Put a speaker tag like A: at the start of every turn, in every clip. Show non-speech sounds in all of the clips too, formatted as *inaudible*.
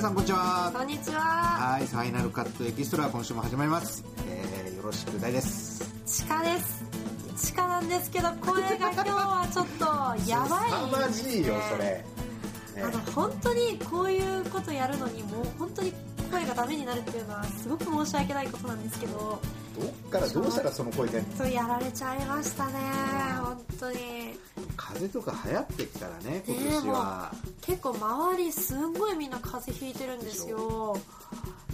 A: さんこんにちは
B: こんにちは。
A: はいファイナルカットエキストラ今週も始まります、えー、よろしく大です
B: チカです。チカなんですけど、声が今日はちょっとやばい、
A: 凄まじいよそれ、。ね、
B: あの、本当にこういうことやるのに、もう本当に声がダメになるっていうのは、すごく申し訳ないことなんですけど、
A: どっからどうしたらその声で
B: そうやられちゃいましたね、本当に。
A: 風邪とか流行ってきたらね今
B: ねえ
A: 年
B: もう
A: は、
B: 結構周りすんごいみんな風邪ひいてるんですよ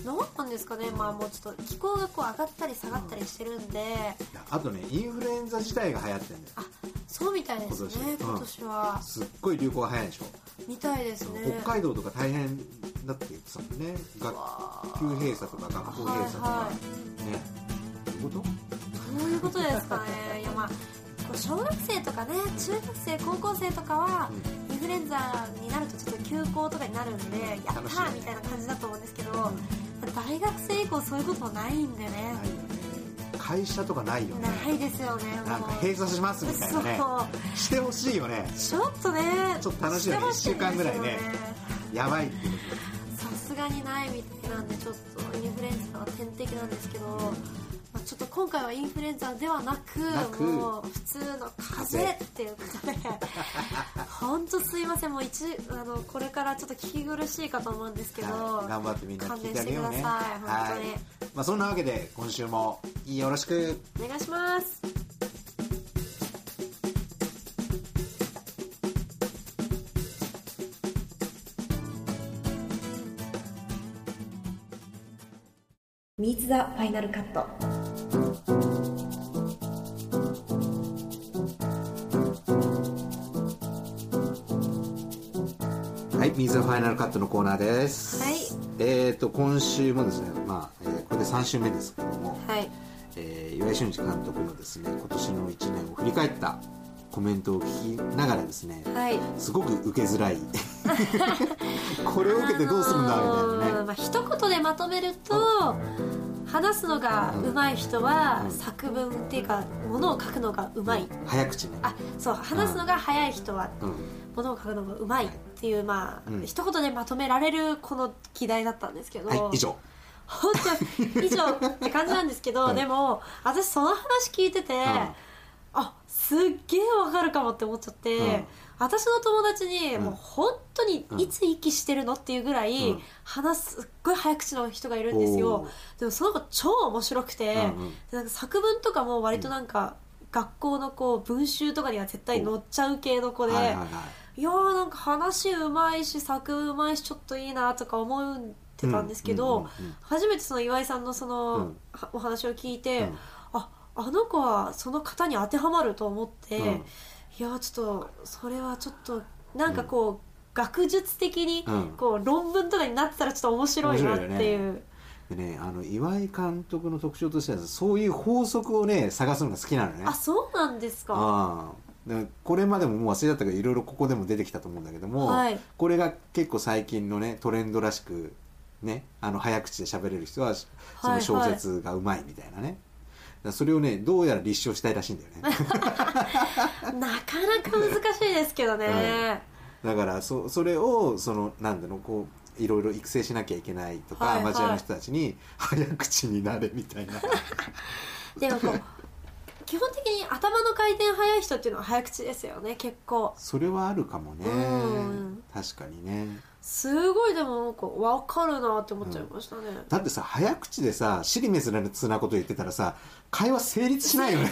B: 何なんですかねまあもうちょっと気候がこう上がったり下がったりしてるんで
A: いやあとねインフルエンザ自体が流行ってんだよ
B: あそうみたいですね
A: 今年うん
B: 今年は
A: すっごい流行が早いでしょ、
B: みたいですね
A: 北海道とか大変だって言ってたもんね学級閉鎖とか学校閉鎖とか、
B: はいは
A: ねどういうこと
B: そういうことですかねいやまあこう小学生とかね中学生高校生とかはインフルエンザになるとちょっと休校とかになるんでやった
A: 楽しいね
B: ーみたいな感じだと思うんですけど大学生以降そういうこともないんでね
A: ないよね会社とかないよね
B: ないですよね
A: なん
B: も
A: か
B: う
A: 閉鎖しますみたいなね
B: そう
A: してほしいよね
B: ちょっとね
A: ちょっと楽しいよね
B: してほしんですよ
A: 一週間ぐらいねやばいっていうこ
B: さすがにないみたいなんでちょっとインフルエンザは天敵なんですけど、まあ、ちょっと今回はインフルエンザではなく
A: なく
B: もう普通の風邪っていうことで
A: *laughs*
B: 本当すいませんもう一あのこれからちょっと聞き苦しいかと思うんですけ
A: と
B: ど、
A: はい頑張ってみんな
B: 勘
A: 聞
B: 弁
A: いて
B: し
A: あ
B: て
A: げ
B: くだ
A: よう
B: さい、
A: ね
B: 本当に、
A: い、まあ、そんなわけで今週もよろしく
B: お願いします
C: ミーツザファイナルカット。
A: はい水ファイナルカットのコーナーです
B: はい
A: えーと今週もですねまあ、えーこれで3週目ですけども、
B: はい
A: えー岩井俊二監督のですね今年の1年を振り返ったコメントを聞きながらですね、
B: はい
A: すごく受けづ
B: *laughs*
A: らいこれを受けてどうするんだみたい
B: あ
A: な
B: のー
A: ね
B: まあ、一言でまとめると話すのが上手い人は作文っていうかものを書くのが上手い
A: 早口ね
B: あそう話すのが早い人は
A: うん
B: ものを書くのが上手いっていうまあ、
A: うん
B: 一言でまとめられるこの議題だったんですけど、
A: はい以上
B: 本当以上って感じなんですけど、 *laughs*
A: はい
B: でも私その話聞い *laughs* てて、あすっげえわかるかもって思っちゃって、
A: うん
B: 私の友達に、
A: うん
B: もう本当にいつ息してるのっていうぐらい、
A: うん
B: 話すすっごい早口の人がいるんですよ
A: おー
B: でもその子超面白くて、
A: うんうん
B: でなんか作文とかも割となんか、学校のこう文集とかには絶対載っちゃう系の子で、
A: はいはいいはい
B: やーなんか話うまいし作文うまいしちょっといいなとか思ってたんですけど、
A: うんうんうんうん
B: 初めてその岩井さんのその、
A: うん
B: はお話を聞いて、
A: うん
B: ああの子はその方に当てはまると思って、
A: うん
B: いやーちょっとそれはちょっとなんかこう、学術的に
A: うん
B: こう論文とかになってたらちょっと面白いなって
A: 面白い
B: い
A: よ
B: う、
A: でねあの岩井監督の特徴としてはそういう法則をね探すのが好きなのね
B: あそうなんですか
A: ああでこれまでももう忘れちゃったけどいろいろここでも出てきたと思うんだけども、
B: はい
A: これが結構最近のねトレンドらしくねあの早口で喋れる人はそ
B: は
A: の
B: い
A: 小説がうまいみたいなね、だからそれをねどうやら立証したいらしいんだよね
B: なかなか難しいですけどね、
A: だからそそれをそのなんだろうこういろいろ育成しなきゃいけないとか、
B: はいはい
A: アマチュアの人たちに早口になれみたいな
B: *laughs* でもこう基本的に頭の回転速い人っていうのは早口ですよね結構
A: それはあるかもね
B: うん
A: 確かにね
B: すごいでもなんか分かるなって思っちゃいましたね、
A: だってさ早口でさ尻滅裂なこと言ってたらさ会話成立しないよね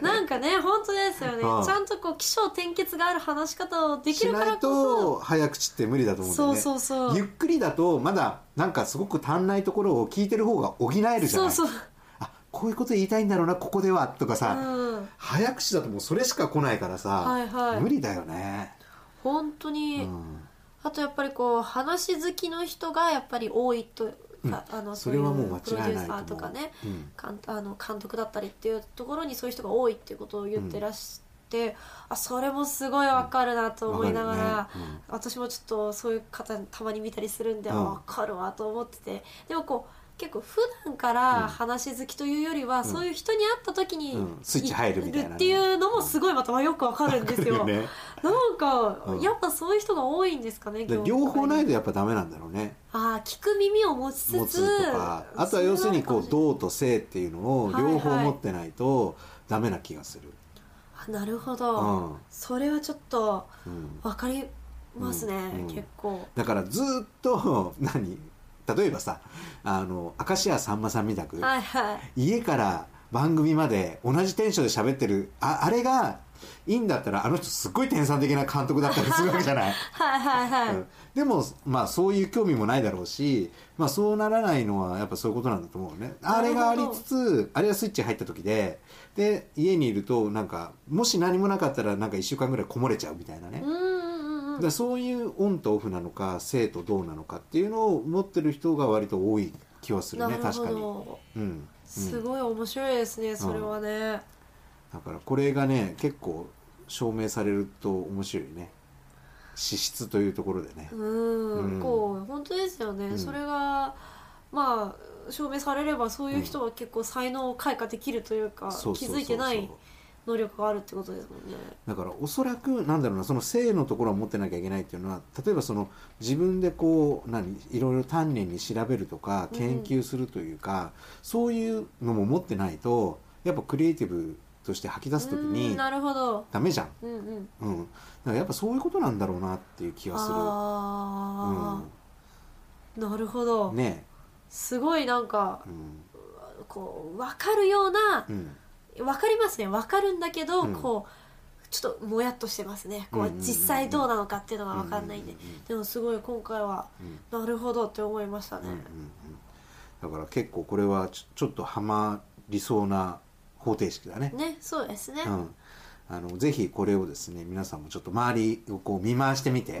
B: なんかね本当ですよね
A: うん
B: ちゃんとこう起承転結がある話し方 *laughs* をでき
A: し
B: るか
A: な
B: ら
A: い
B: こと
A: 早口って無理だと
B: そ
A: 思うんだよ
B: そう
A: ね
B: そうそう
A: ゆっくりだとまだなんかすごく足んないところを聞いてる方が補えるじゃない
B: そうそう、
A: あこういうこと言いたいんだろうなここではとか
B: う
A: さ、
B: ん、
A: 早口だともうそれしか来ないからさ、
B: はいはい
A: 無理だよね、
B: 本当
A: う
B: に、
A: ん、
B: あとやっぱりこう話好きの人がやっぱり多いと、かあの
A: それはもう
B: そういう
A: 間違
B: プロデュー
A: いな
B: サ
A: いと思
B: ー
A: う
B: とかね
A: うん
B: 監あの監督だったりっていうところにそういう人が多いっていうことを言ってらして、あそれもすごいわかるなと思いながら、
A: わかるねうん
B: 私もちょっとそういう方たまに見たりするんで、
A: う
B: あ
A: ん
B: わかるわと思っててでもこう結構普段から話好きというよりは、そういう人に会った時に、
A: うんスイッチ入るみたいなね
B: っていうのもすごいまたよくわかるんですよ。
A: *laughs* ね、
B: なんか、
A: うん
B: やっぱそういう人が多いんですかね
A: で両方ないいとやっぱダメなんだろうね
B: ああ聞く耳を持ちつつ
A: 持つとかあとは要するにこう
B: う
A: 道と性っていうのを両方持ってないとダメな気がする、
B: なるほど、それはちょっと
A: うんうん、
B: わかりますね、
A: うん
B: 結構
A: だからずっと *laughs* 何例えばさあの明石家さんまさんみたく、
B: はいはい
A: 家から番組まで同じテンションで喋ってるああれがいいんだったらあの人すっごい天才的な監督だったりするわけじゃない、
B: はいはいはい、
A: うんでもまあそういう興味もないだろうし、まあ、そうならないのはやっぱそういうことなんだと思うねあれがありつつあれがスイッチ入った時でで家にいるとなんかもし何もなかったらなんか1週間ぐらいこもれちゃうみたいなね、
B: うんうんうんう
A: だ
B: ん
A: そういうオンとオフなのか生とどうなのかっていうのを持ってる人が割と多い気はする
B: な
A: ね
B: る
A: 確
B: ほ
A: かに、
B: ど
A: うん、
B: すごい面白いですね、それはね
A: だからこれがね結構証明されると面白いね資質というところでね
B: う、ん、
A: うん
B: こう本当ですよね、
A: うん
B: それがまあ証明されればそういう人は結構才能を開花できるというか、
A: そう
B: 気
A: そうそう
B: づ
A: そう
B: いてない能力があるってことですもんね
A: だからおそらくなんだろうなその性のところを持ってなきゃいけないっていうのは例えばその自分でこう何いろいろ丹念に調べるとか
B: うん
A: 研究するというか、そういうのも持ってないとやっぱクリエイティブとして吐き出す時
B: う
A: に
B: んなるほど
A: ダメじゃん、
B: うんうん
A: うん、だからやっぱそういうことなんだろうなっていう気がする。
B: ああ、なるほど、
A: うん、ね
B: すごいなんか
A: え、うん
B: こう分かるような
A: うん
B: 分かりますね分かるんだけど、
A: うん
B: こうちょっともやっとしてますねこ
A: うん
B: う
A: うんうんうん
B: 実際どうなのかっていうのが分かんないんで、
A: うんうんうん
B: でもすごい今回は
A: うん
B: なるほどって思いましたね、
A: うんうんうん、だから結構これはちょちょっとハマりそうな方程式だね。
B: ねそうですね、
A: うん、あのぜひこれをですね皆さんもちょっと周りをこう見回してみ
B: ね
A: て、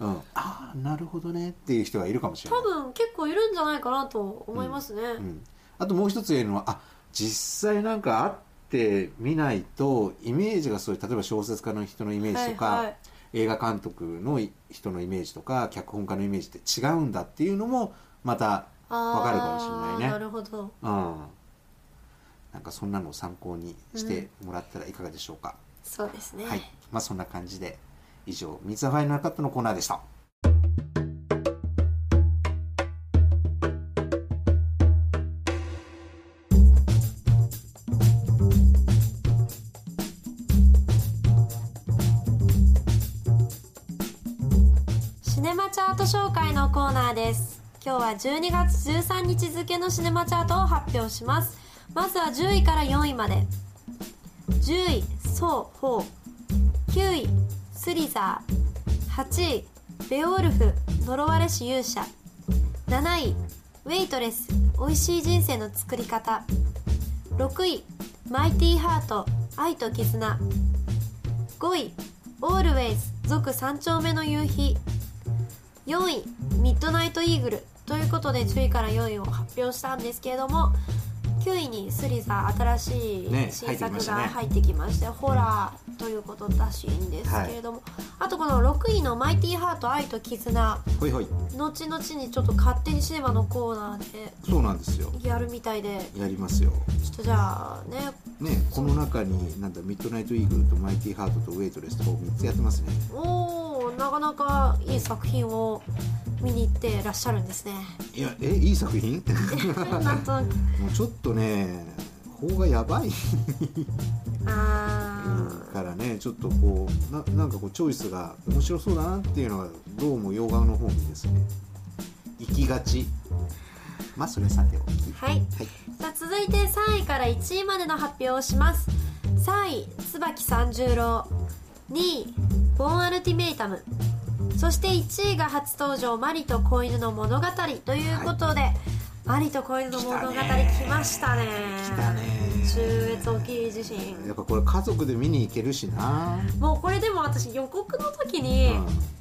A: うん、ああーなるほどねっていう人がいるかもしれな
B: 多
A: い。
B: 分結構いるんじゃないかなと思いますね、
A: うん、あともう一つ言えるのはあ実際なんか会ってみないとイメージがそういう例えば小説家の人のイメージとか、
B: はいはい
A: 映画監督のい人のイメージとか脚本家のイメージって違うんだっていうのもまた
B: あー
A: わかるかもしれないね
B: なるほど
A: うんなんかそんなのを参考にしてもらったらいかがでしょうか、
B: そうですね、
A: はいまあそんな感じで以上「ミツファイナルカット」のコーナーでした
B: シネマチャート紹介のコーナーです今日は12月13日付のシネマチャートを発表しますまずは10位から4位まで10位ソーホー9位スリザー8位ベオウルフ呪われし勇者7位ウェイトレス美味しい人生の作り方6位マイティーハート愛と絆5位オールウェイズ続3丁目の夕日4位ミッドナイトイーグルということで10位から4位を発表したんですけれども9位にスリザー新しい
A: ね
B: 新作
A: 入ってきました
B: が
A: ね
B: 入ってきまして、ホラーということらしいんですけれども、あとこの6位の「マイティーハート愛と絆
A: ほいほい」
B: 後々にちょっと勝手にシネマのコーナーで
A: そうなんですよ
B: やるみたいで
A: やりますよ
B: ちょっとじゃあね
A: ねこの中になんだミッドナイトイーグルとマイティハートとウェイトレスと3つやってますね
B: おーなかなかいい作品を見に行ってらっしゃるんですね
A: いやえいい作品 *laughs*
B: なんとなく
A: もうちょっとね法がやばい
B: あー
A: からねちょっとこうななんかこうチョイスが面白そうだなっていうのがどうも洋画の方にですね行きがちまあそれはさておき
B: はい
A: はい
B: さあ続いて3位から1位までの発表をします3位椿三十郎2位ボーンアルティメイタムそして1位が初登場「マリと子犬の物語」ということで、マリと子犬の物語
A: 来
B: 来
A: たね
B: ましたね
A: 来たね
B: 中越沖地震
A: やっぱこれ家族で見に行けるしな、
B: もうこれでも私予告の時
A: う
B: に、
A: ん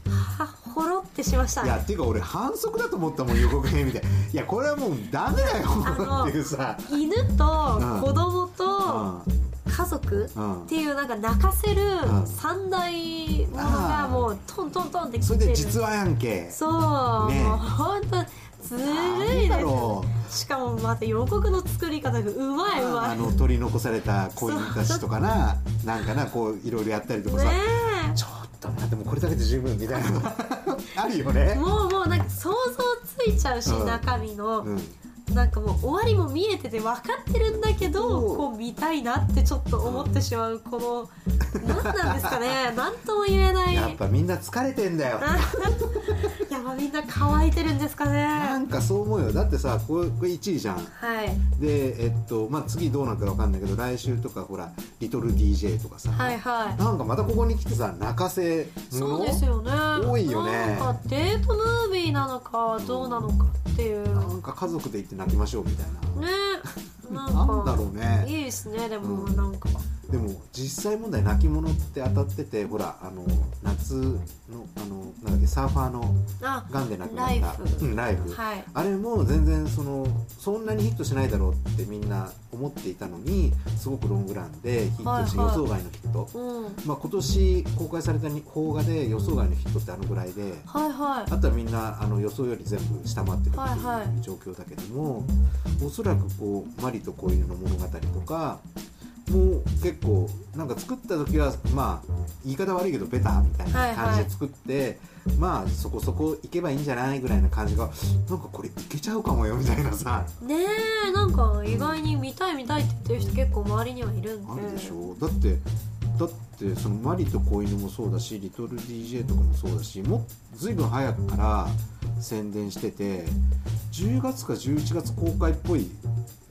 B: はほろってしました
A: いや
B: ね
A: っていうか俺反則だと思ったもん予
B: *laughs*
A: 告編みたいいやこれはもうダメだよ
B: の
A: っていうさ
B: 犬と子供と
A: うん
B: 家族
A: うん
B: っていうなんか泣かせる
A: うん
B: 三大ものがもうトントントンって
A: そ
B: き
A: れ
B: て
A: で
B: る
A: 実はやんけ
B: そう、
A: ね
B: もう本当ず
A: あ
B: るいで
A: るだ
B: す
A: ろう
B: しかもまた予告の作り方がうまいうま
A: あ
B: い
A: の取り残された恋人たちとかななんかなこういろいろやったりとかさ、
B: ね
A: ちょっとなでもこれだけで十分みたいな *laughs* あるよね
B: えもうもうなんか想像ついちゃうし、
A: うん
B: 中身の、
A: うん、
B: なんかもう終わりも見えてて分かってるんだけど、
A: うん
B: こう見たいなってちょっと思ってしまうこの、なん、何なんですか
A: *laughs*
B: ねなんとも言えない
A: やっぱみんな疲れてんだよ
B: *laughs* いやまあみんな乾いてるんですか
A: な
B: ね
A: んかそう思うよだってさこれこれ1位じゃん
B: はい
A: でえっとまあ次どうなるかわかんないけど来週とかほら「リトル d j とかさ、
B: はいはい
A: なんかまたここに来てさ泣かせ布
B: そうですよね
A: 多いよね
B: なんかデートムービーなのかどうなのかっていう
A: な
B: ね
A: んか家族で行って泣きましょうみたいな、
B: なんか
A: なんだろうね
B: いいですねでも
A: うん
B: なんか、
A: でも実際問題泣き物って当たっててほらあの夏のあのなんだっけサーファーの
B: あ
A: がんで亡くなった
B: ライフ
A: うん、ライフ
B: はい
A: あれも全然そのそんなにヒットしないだろうってみんな思っていたのにすごくロングランでヒットして
B: はい
A: 予
B: はい
A: 想外のヒット、
B: うんはい
A: まあ、今年公開されたに邦画で予想外のヒットってあのぐらいで
B: はい
A: あとはみんなあの予想より全部下回ってるって
B: はいはい
A: いう状況だけども、おそらくこう「マリと子犬の物語」とかもう結構なんか作った時はまあ言い方悪いけどベタみたい
B: はいは
A: ない感じで作って、まあそこそこいけばいいんじゃないぐらいな感じがなんかこれいけちゃうかもよみたいなさ
B: ねえなんか意外に見たい見たいって言ってる人結構周りにはいるんで
A: あるでしょだってだってそのマリと子犬もそうだしリトル DJ とかもそうだしもっずいぶん早くから宣伝してて10月か11月公開っぽい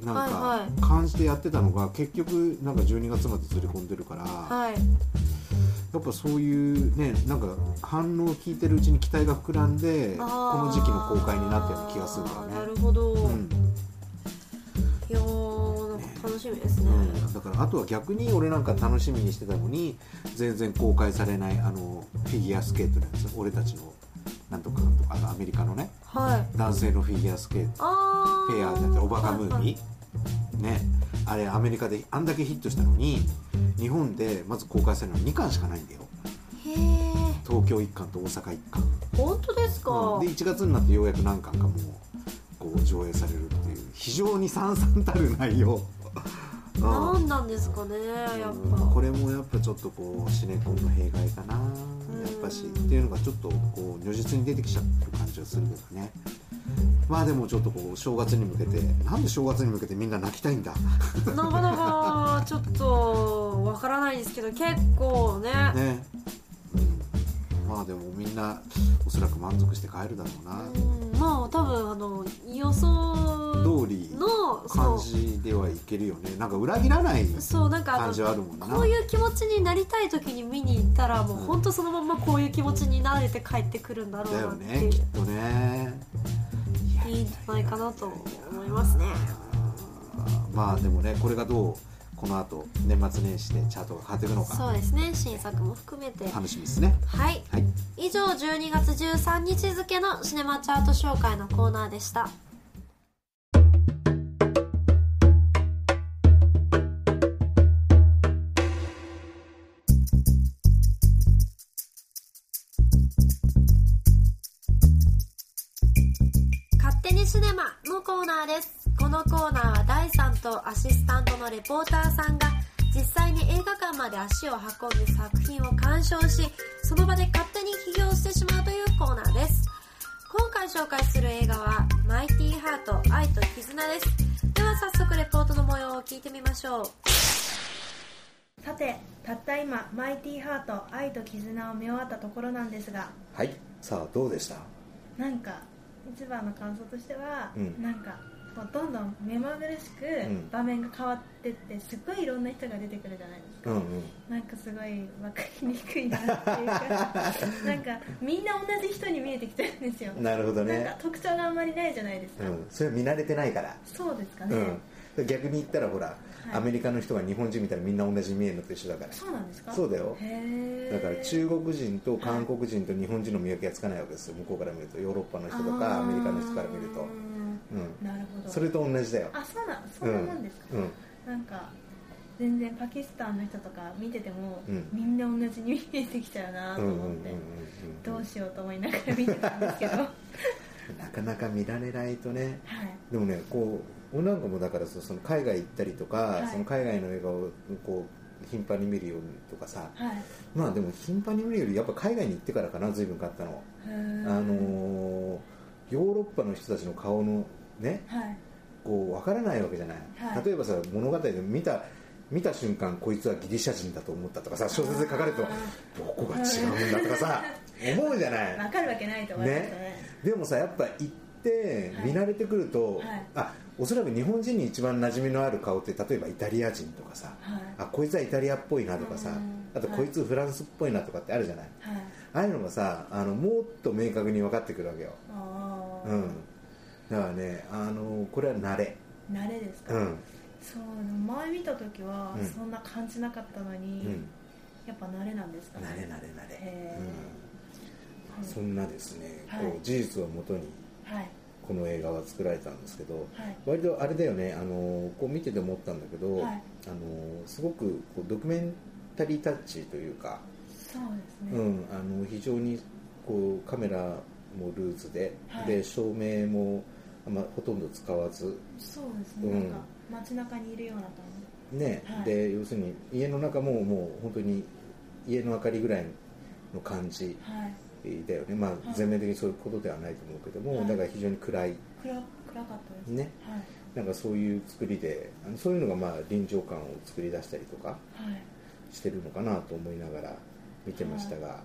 A: なん
B: はいは
A: か感じでやってたのが結局なんか12月までずれ込んでるから、
B: はい
A: やっぱそういうねなんか反応を聞いてるうちに期待が膨らんでこの時期の公開になったような気がする
B: あ
A: ん
B: ー
A: だ
B: な
A: よね。
B: るほど、
A: うん
B: いやーなんか楽しみですね、
A: うん、だからあとは逆に俺なんか楽しみにしてたのに全然公開されないあのフィギュアスケートのやつ俺たちのなんとかなんとかあのアメリカのね
B: はい
A: 男性のフィギュアスケート
B: あー
A: ペアだったりおバカムー
B: はい
A: ビーねあれアメリカであんだけヒットしたのに日本でまず公開されるの2巻しかないんだよ
B: へえ
A: 東京1巻と大阪1巻、
B: 本当ですか、
A: うんで1月になってようやく何巻かもうこう上映されるっていう非常にさんさんたる内容うん
B: なんなんですかねやっぱ
A: これもやっぱちょっとこうシネコンの弊害かなやっぱしっていうのがちょっとこう如実に出てきちゃってる感じはするけどねまあでもちょっとこう正月に向けてなんで正月に向けてみんな泣きたいん
B: *laughs*
A: だ
B: なかなかちょっとわからないですけど結構ね
A: ね、うん、まあでもみんなおそらく満足して帰るだろうな
B: うんまあ多分あの予想
A: 通り
B: のそ
A: 感
B: う
A: じではいけるよねなんか裏切らない
B: そうなんかあ
A: 感じ
B: の
A: はあるもんな
B: こういう気持ちになりたい時に見に行ったらもう
A: うん
B: 本当そのままこういう気持ちになれて帰ってくるんだろう
A: だ
B: な
A: よ
B: って
A: ね
B: いう、
A: きっとねいや
B: いいんじゃないかなと思いますね
A: まあでもねこれがどうこの後年末年始でチャートが変わっていくの
B: そ
A: か
B: うですね新作も含めて
A: 楽しみですね
B: はい
A: はい
B: 以上12月13日付のシネマチャート紹介のコーナーでした勝手にシネマのコーナーですこのコーナーは第3とアシスタントのレポーターさんが実際に映画館まで足を運んで作品を鑑賞しその場で勝手に起業してしまうというコーナーです今回紹介する映画は「マイティーハート愛と絆」ですでは早速レポートの模様を聞いてみましょう
C: さてたった今マイティーハート愛と絆を見終わったところなんですが
A: はいさあどうでした
C: なんか一番の感想としては、
A: うん
C: なんかこうどんどん目まぐるしく
A: ん
C: 場面が変わってってすっごいいろんな人が出てくるじゃないですか、
A: うんうん
C: なんかすごい分かりにくいなっ
A: *laughs*
C: ていうかなんかみんな同じ人に見えてきちゃうんですよ
A: なるほど
C: なん
A: ね
C: か特徴があんまりないじゃないですか、
A: うんそれ見慣れてないから
C: そうですかね、
A: うん逆に言ったらほら、
C: い
A: アメリカの人が日本人見たらみんな同じに見えるのと一緒だから
C: そうなんですか
A: そうだよ
C: へえ
A: だから中国人と韓国人と日本人の見分けがつかないわけですよ向こうから見るとヨーロッパの人とかアメリカの人から見るとうん
C: なるほど
A: それと同じだよ
C: あそうなんそんなもんですか、
A: うん
C: なんか全然パキスタンの人とか見てても、
A: うん
C: みんな同じに見えてきちゃうなと
A: うんうんうんうん
C: 思って、
A: うん *laughs*
C: どうしようと思いながら見てたんですけど
A: なかなか見られないとね
C: はい
A: でもねこう俺なんかもだからそその海外行ったりとか、
C: はい
A: その海外の映画をこう頻繁に見るようにとかさ
C: はい
A: まあでも頻繁に見るよりやっぱ海外に行ってからかな随分買ったの、
C: あ
A: あのーヨーロッパの人たちの顔のね
C: はい
A: こう分からないわけじゃない、
C: はい
A: 例えばさ物語で見た見た瞬間こいつはギリシャ人だと思ったとかさ小説で書かれても
C: あ
A: どこが違うんだとかさ思うじゃない
C: わかるわけないと思いますよね
A: でもさやっぱ行って
C: はい
A: 見慣れてくると、
C: はい
A: あおそらく日本人に一番馴染みのある顔って例えばイタリア人とかさ、
C: はい
A: あこいつはイタリアっぽいなとかさ
B: うん
A: あとこいつフランスっぽいなとかってあるじゃない、
C: はい
A: ああいうのがさあのもっと明確に分かってくるわけよ、
C: ああ、
A: うん、だからねあのこれは慣れ、
C: 慣れですか、
A: うん
C: そう前見た時は
A: うん
C: そんな感じなかったの
A: う
C: に、
A: ん、
C: やっぱ慣れなんですかね
A: 慣れ慣れ慣れ
C: へ、
A: うん、そんなですね、
C: はい
A: こう事実をもとに
C: はい
A: この映画は作られたんですけど、
C: はい
A: 割とあれだよねあのこう見てて思ったんだけど、
C: はい
A: あのすごくこうドキュメンタリータッチというか、
C: そうです
A: う
C: ね、
A: ん、あの非常にこうカメラもルーズで,、
C: はい
A: で照明も、まあ、ほとんど使わず、
C: そうですね、
A: うん
C: なんか街中にいるような感
A: ね
C: はい
A: で要するに家の中ももう本当に家の明かりぐらいの感じ
C: じはい
A: だよね、まあ、
C: い
A: 全面的にそういうことではないと思うけども、
C: はい
A: だから非常に暗い、
C: 暗暗かったです
A: ね、
C: はい
A: なんかそういう作りであのそういうのがまあ臨場感を作り出したりとか
C: はい
A: してるのかなと思いながら見てましたが、
C: なんか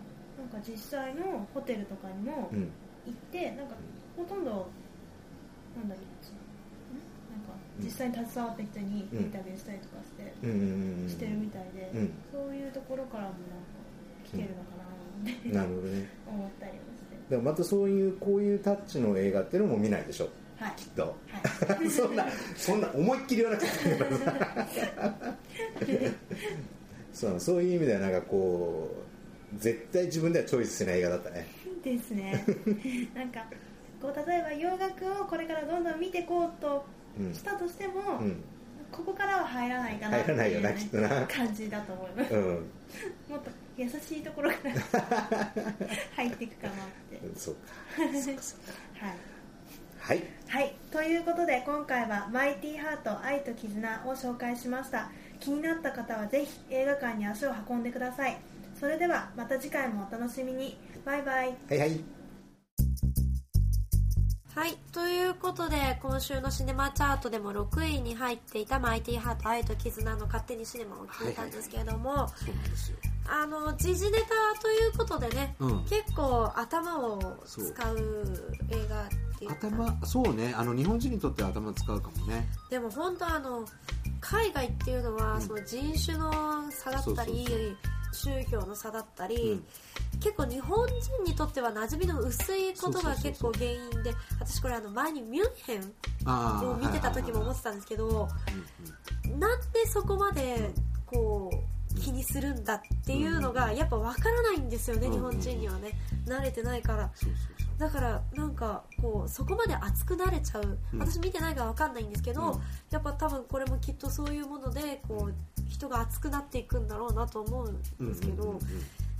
C: 実際のホテルとかにも
A: うん、
C: 行って、なんかほとんどなんだっけそのんなんか実際に携わった人にインタビューしたりとかして、
A: うんうんうんうん
C: してるみたいで、
A: うん
C: そういうところからもなんか聞けるのかなって、
A: なるほどね
C: 思ったりもして
A: だからまたそういうこういうタッチの映画っていうのも見ないでしょ
C: はい
A: きっ
B: *laughs*
A: と
C: はい
A: そんなそんな思いっきり言わなくていいからさそうそういう意味ではなんかこう絶対自分ではチョイスしない映画だったね
C: で
A: *laughs*
C: すねなんかこう例えば洋楽をこれからどんどん見てこうと
A: うん
C: し、たとしても、
A: うん
C: ここからは入らないかなっていう、ね、
A: 入らないよなきっとな
C: 感じだと思います
A: うん、
C: もっと優しいところから入っていくかなって
A: そうか
C: *laughs*
A: は
C: はい
A: い
C: はい、ということで今回は「マイティーハート愛と絆」を紹介しました気になった方はぜひ映画館に足を運んでくださいそれではまた次回もお楽しみにバイバイ
A: はいはい
B: はい。ということで、今週のシネマチャートでも6位に入っていたマイティハート愛と絆の勝手にシネマを聞いたんですけれども、
A: そうなんですよ
B: あの、時事ネタということでね、
A: うん
B: 結構頭を使う映画っていうか
A: 頭そうねあの日本人にとっては頭使うかもね
B: でも本当あの海外っていうのは、
A: うん
B: その人種の差だ
A: そう
B: った
A: そう
B: り宗教の差だったり、結構日本人にとっては馴染みの薄いことが
A: そうそ
B: 結
A: うそうそう
B: 構原因で私これあの前にミュンヘン
A: あ
B: を見てた時も思ってたんですけどなんでそこまでこう気にするんだっていうのがやっぱ分からないんですよね、
A: うん
B: 日本人にはね慣れてないからだからなんかこうそこまで熱くなれちゃう、
A: うん
B: 私見てないから分かんないんですけど、
A: うん
B: やっぱ多分これもきっとそういうものでこう人が熱くなっていくんだろうなと思うんですけど、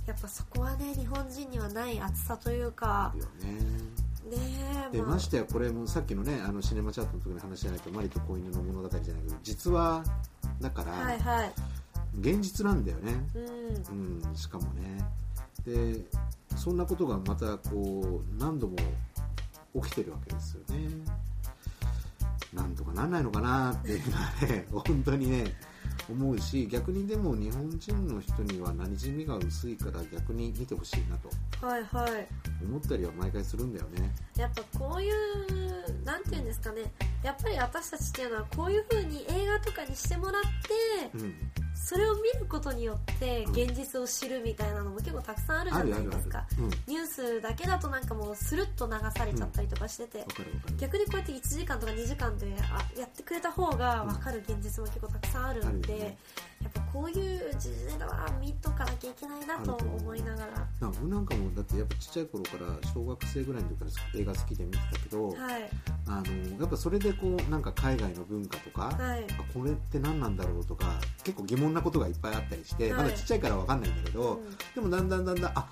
B: やっぱそこはね日本人にはない熱さというかねえ、
A: で
B: まあ
A: ましてやこれもさっきのねあのシネマチャットの時の話じゃないとマリと子犬の物語じゃないけど実はだから、
B: はいはい
A: 現実なんだよね
B: うん
A: うんしかもねでそんなことがまたこう何度も起きてるわけですよねなんとかなんないのかなっていうのはね *laughs* 本当にね思うし逆にでも日本人の人には馴染みが薄いから逆に見てほしいなと
B: はいはい
A: 思ったりは毎回するんだよね
B: やっぱこういうなんていうんですかねやっぱり私たちっていうのはこういう風に映画とかにしてもらって
A: うん
B: それを見ることによって現実を知るみたいなのも結構たくさんあるじ
A: あ
B: ゃ
A: る
B: な
A: ある
B: い
A: あ
B: です
A: る
B: か
A: うんわ
B: ニュースだけだとなんかもうスルッと流されちゃったりとかしてて、
A: かるわかる
B: 逆にこうやって1時間とか2時間であやってくれた方が分かる現実も結構たくさんあるんで、
A: あるよね
B: やっぱこういう時事ネタは見とかなきゃいけないなと思いながら
A: なんか僕なんかもだってやっぱちっちゃい頃から小学生ぐらいの時から映画好きで見てたけど、
B: はい
A: あのやっぱそれでこうなんか海外の文化とか、
B: はい
A: あこれって何なんだろうとか結構疑問なことがいっぱいあったりして、
B: はい
A: まだちっちゃいから分かんないんだけど、
B: うん
A: でもだんだんだんだんあ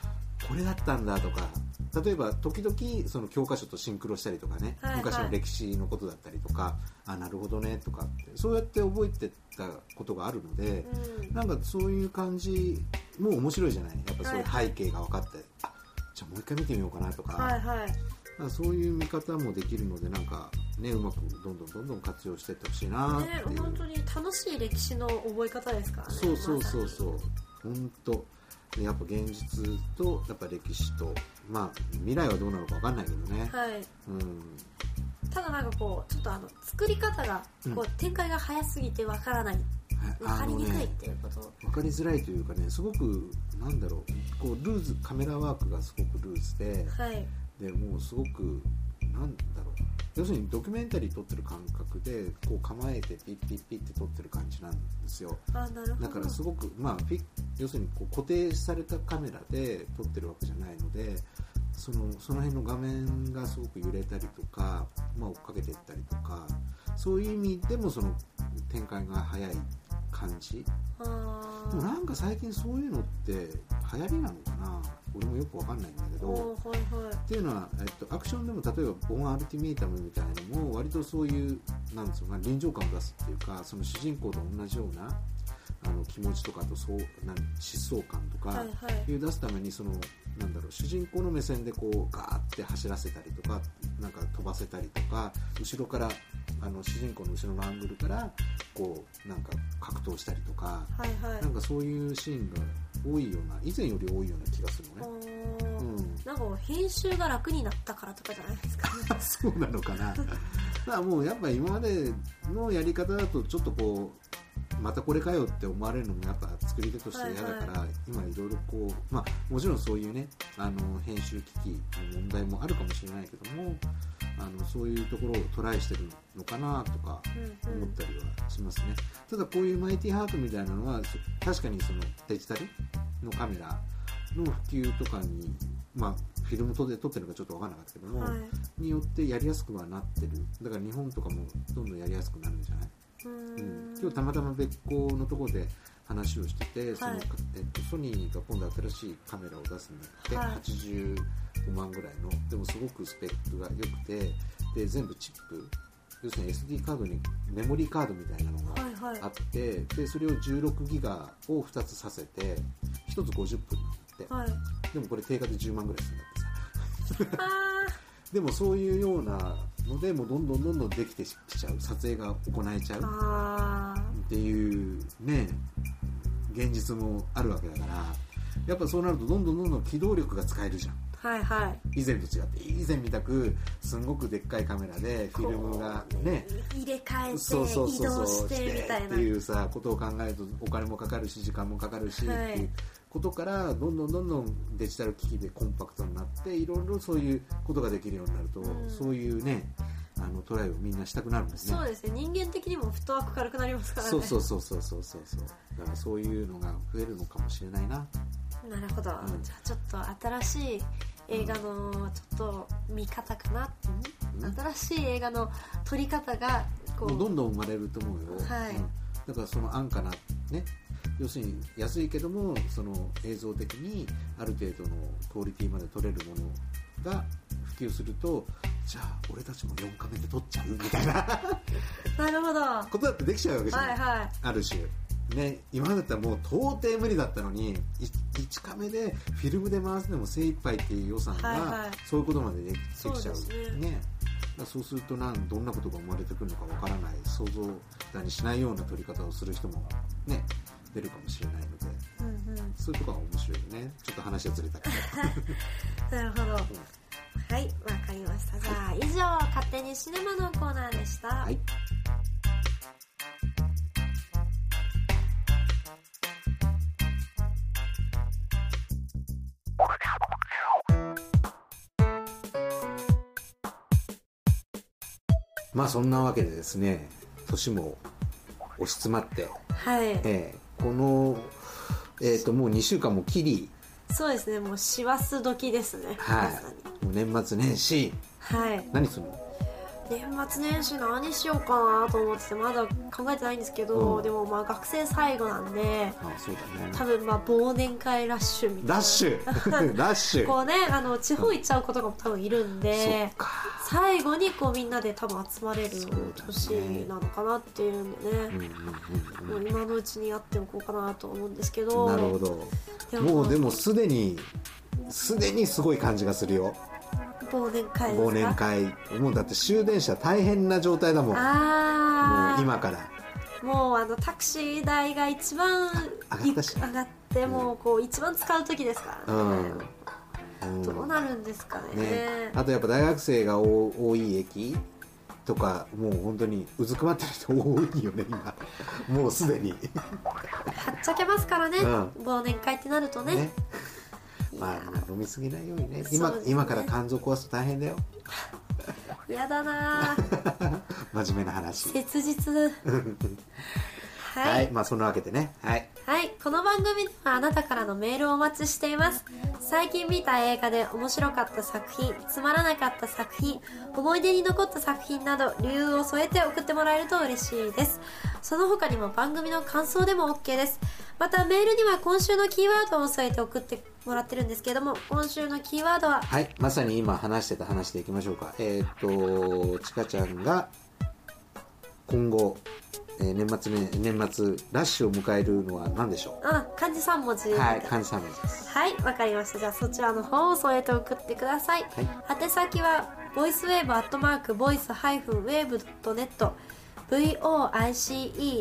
A: これだったんだとか例えば時々その教科書とシンクロしたりとかね、
B: はいはい
A: 昔の歴史のことだったりとかあなるほどねとかってそうやって覚えてったことがあるので、
B: うん
A: なんかそういう感じも面白いじゃないやっぱそういう背景が分かって、あじゃあもう一回見てみようかなとか,、
B: はいはい
A: なんかそういう見方もできるのでなんかねうまくどんどんどんどん活用していってほしいなって
B: ね
A: いう、
B: 本当に楽しい歴史の覚え方ですからね
A: そうそうそううそう本当でやっぱ現実とやっぱ歴史とまあ未来はどうなのか分かんないけどね、
B: はい
A: うん
B: ただなんかこうちょっとあの作り方がこう、展開が早すぎてわからないわ
A: あ
B: かり
A: の
B: にくいっ
A: ね
B: ていうこと
A: 分かりづらいというかねすごくなんだろうこうルーズカメラワークがすごくルーズで
B: はい
A: でもうすごくなんだろう要するにドキュメンタリー撮ってる感覚でこう構えてピッピッピッって撮ってる感じなんですよ
B: あなるほど
A: だからすごくまあフィ要するにこう固定されたカメラで撮ってるわけじゃないのでそのその辺の画面がすごく揺れたりとか、まあ、追っかけていったりとかそういう意味でもその展開が早い感じ
B: あ
A: で
B: ー
A: もなんか最近そういうのって流行りなのかな俺もよくわかんないんだけど
B: おーはいはい
A: っていうのは、えっと、アクションでも例えば「ボーン・アルティメイタム」みたいのも割とそういうなんですよ臨場感を出すっていうかその主人公と同じようなあの気持ちとかとそうなん疾走感とか、
B: はいはい
A: いう出すためにそのなんだろう主人公の目線でこうガーって走らせたりとかなんか飛ばせたりとか後ろからあの主人公の後ろのアングルからこうなんか格闘したりとか
B: はいはい
A: なんかそういうシーンが多いような以前より多いような気がするのね。
B: お
A: う
B: ー
A: ん、
B: なんかこう編集が楽になったからとかじゃないです
A: *laughs*
B: か
A: そうなのか *laughs* な。だからもうやっぱ今までのやり方だとちょっとこうまたこれかよって思われるのもやっぱ作り手として嫌だから、今いろいろこうまあもちろんそういうねあの編集機器の問題もあるかもしれないけどもあのそういうところをトライしてるのかなとか
B: うんう
A: 思っ
B: ん
A: たりはしますね、ただこういうマイティハートみたいなのはそ確かにそのデジタルのカメラの普及とかに、まあ、フィルムで撮ってるのかちょっと分からなかったけども、
B: はい
A: によってやりやすくはなってるだから日本とかもどんどんやりやすくなるんじゃない、
B: う
A: うん
B: ん
A: 今日たまたま別個のところで話をしててその、
B: はい
A: えっと、ソニーが今度新しいカメラを出すんだって、
B: はい
A: 85万ぐらいのでもすごくスペックが良くてで全部チップ要するに SD カードにメモリーカードみたいなのが
B: はいはい
A: あって、でそれを16ギガを2つさせて1つ50分なんだって、
B: はい
A: でもこれ定価で10万ぐらいするんだってさ
B: あ
A: でもそういうようなのでもうどんどんどんどんできてきちゃう撮影が行えちゃ
B: ー
A: う
B: あ
A: っていうね現実もあるわけだからやっぱそうなるとどんどんどんどん機動力が使えるじゃん
B: ーはいはい
A: 以前と違って以前みたくすんごくでっかいカメラでフィルムがね
B: 入れ替えて
A: そうそう
B: 移
A: そう
B: 動
A: そう
B: してみたい
A: って
B: な
A: いうさことを考えるとお金もかかるし時間もかかるし、
B: はい
A: っていうことからどんどんどんどんデジタル機器でコンパクトになっていろいろそういうことができるようになると、
B: うん
A: そういうねあのトライをみんなしたくなるんですね
B: そうですね人間的にもフットワーク軽くなりますからね
A: そうそうそうそうそうそうそうだからそういうのが増えるのかもしれないな
B: なるほど、
A: うん
B: じゃあちょっと新しい映画のちょっと見方かな、
A: うん
B: 新しい映画の撮り方がこ
A: もうど
B: うん
A: どん生まれると思うよ、
B: はい
A: うんだからその安価なね要するに安いけどもその映像的にある程度のクオリティまで撮れるものが普及するとじゃあ俺たちも4カメで撮っちゃうみたいな
B: なるほどは
A: ことだってできちゃうわけ
B: い
A: じゃない、
B: は
A: ある種ね今までだったらもう到底無理だったのに1カメでフィルムで回すのも精一杯っていう予算が、
B: はいはい
A: そういうことまでできできちゃう
B: そうですね
A: ねだからそうするとなんどんなことが生まれてくるのかわからない想像だにしないような撮り方をする人もね出るかもしれないので
B: い、うんうん、
A: そういうとこは面白いよねちょっと話がずれたけど
B: なるほどはいわかりましたじゃあ以上「勝手にシネマ」のコーナーでした、
A: はい *laughs* まあそんなわけでですね年も押し詰まって、
B: はい
A: えーこの、えー、ともう2週間も切り、
B: そうですねもう師走時ですね
A: は
B: まさに
A: い、もう年末年始
B: はい
A: 何するの
B: 年末年始何しようかなと思っててまだ考えてないんですけど、
A: うん
B: でもまあ学生最後なんで
A: あそうだね
B: 多分まあ忘年会ラッシュみたいな
A: ラッ
B: *laughs*
A: シュラッシュ
B: こうねあの地方行っちゃうことが多分いるん
A: そ
B: で
A: っ、か
B: 最後にこうみんなで多分集まれる
A: そうだね
B: 年なのかなっていうんで
A: うん
B: ね
A: うんうん
B: もう今のうちにやっておこうかなと思うんですけ
A: う
B: ど
A: んなるほど
B: で
A: もうでもすでにすでにすごい感じがするよ
B: 忘年会ですか
A: 忘年会もうだって終電車大変な状態だもんもう
B: ああ
A: 今から
B: もうあのタクシー代が一番
A: あ上がったし
B: い上がってもうこう一番使う時ですからね、
A: うん
B: どうなるんですかね
A: ね、あとやっぱ大学生が多多い駅とかもう本当にうずくまってる人多いよね今もうすでに
B: はっちゃけますからね、
A: うん
B: 忘年会ってなるとね
A: ね
B: いや
A: まあ飲みすぎないようにね今
B: そうですね
A: 今から肝臓壊すと大変だよ
B: 嫌だなぁ
A: 真面目な話
B: 切
A: *laughs*
B: 実はい、
A: はい、まあそんなわけでねはい
B: はい、この番組ではあなたからのメールをお待ちしています。最近見た映画で面白かった作品、つまらなかった作品、思い出に残った作品など理由を添えて送ってもらえると嬉しいです。その他にも番組の感想でも OK です。またメールには今週のキーワードを添えて送ってもらってるんですけれども、今週のキーワードは、
A: はいまさに今話してた話でいきましょうかえーっとちかちゃんが今後、えー年末ね年末ラッシュを迎えるのは何でしょ
B: あ、漢字3文字。
A: うはい漢字3文字です
B: はい、わかりました。じゃあそちらの方を添えて送ってください。宛先は、ボイスウェーブアットマーク、ボイスハイフンウェーブドットネット、voicewave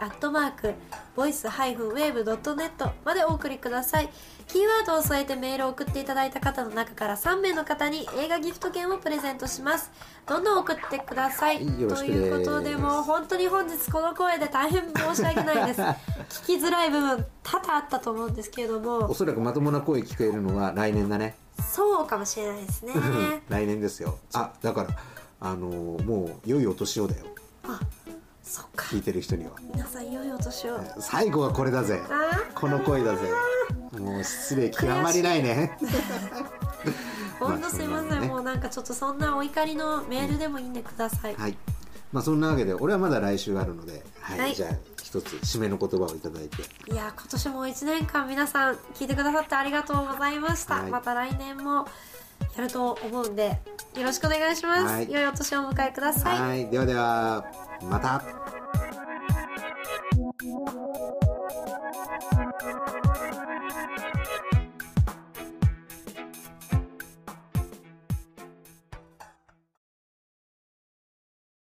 B: アットマーク、ボイスハイフンウェーブドットネットまでお送りください。キーワードを添えてメールを送っていただいた方の中から3名の方に映画ギフト券をプレゼントします。どんどん送ってください。
A: はいよろし
B: と
A: く
B: いうことで、
A: です
B: もう本当に本日この声で大変申し訳ない
A: *laughs*
B: です。聞きづらい部分多々あったと思うんですけれど
A: お
B: も、
A: そらくまともな声聞こえるのは来年だね
B: そうかもしれないですね。
A: 来年ですよあだからあのーもう良いお年をだよ
B: あ、そっか。
A: 聞いてる人には
B: 皆さん良いお年を。
A: 最後はこれだぜ
B: あ
A: この声だぜもう失礼極まりない *laughs* ね
B: ほんとすいま
A: まあそ
B: せ、
A: んなんのね
B: もうなんかちょっとそんなお怒りのメールでもいいんでください。
A: はいまあそんなわけで俺はまだ来週があるので、はい
B: はい
A: じゃあ一つ締めの言葉をいただいて
B: いや今年も1年間皆さん聞いてくださってありがとうございました、
A: はい
B: また来年もやると思うんでよろしくお願いします、
A: はい
B: 良いお年をお迎えください
A: はいではではまた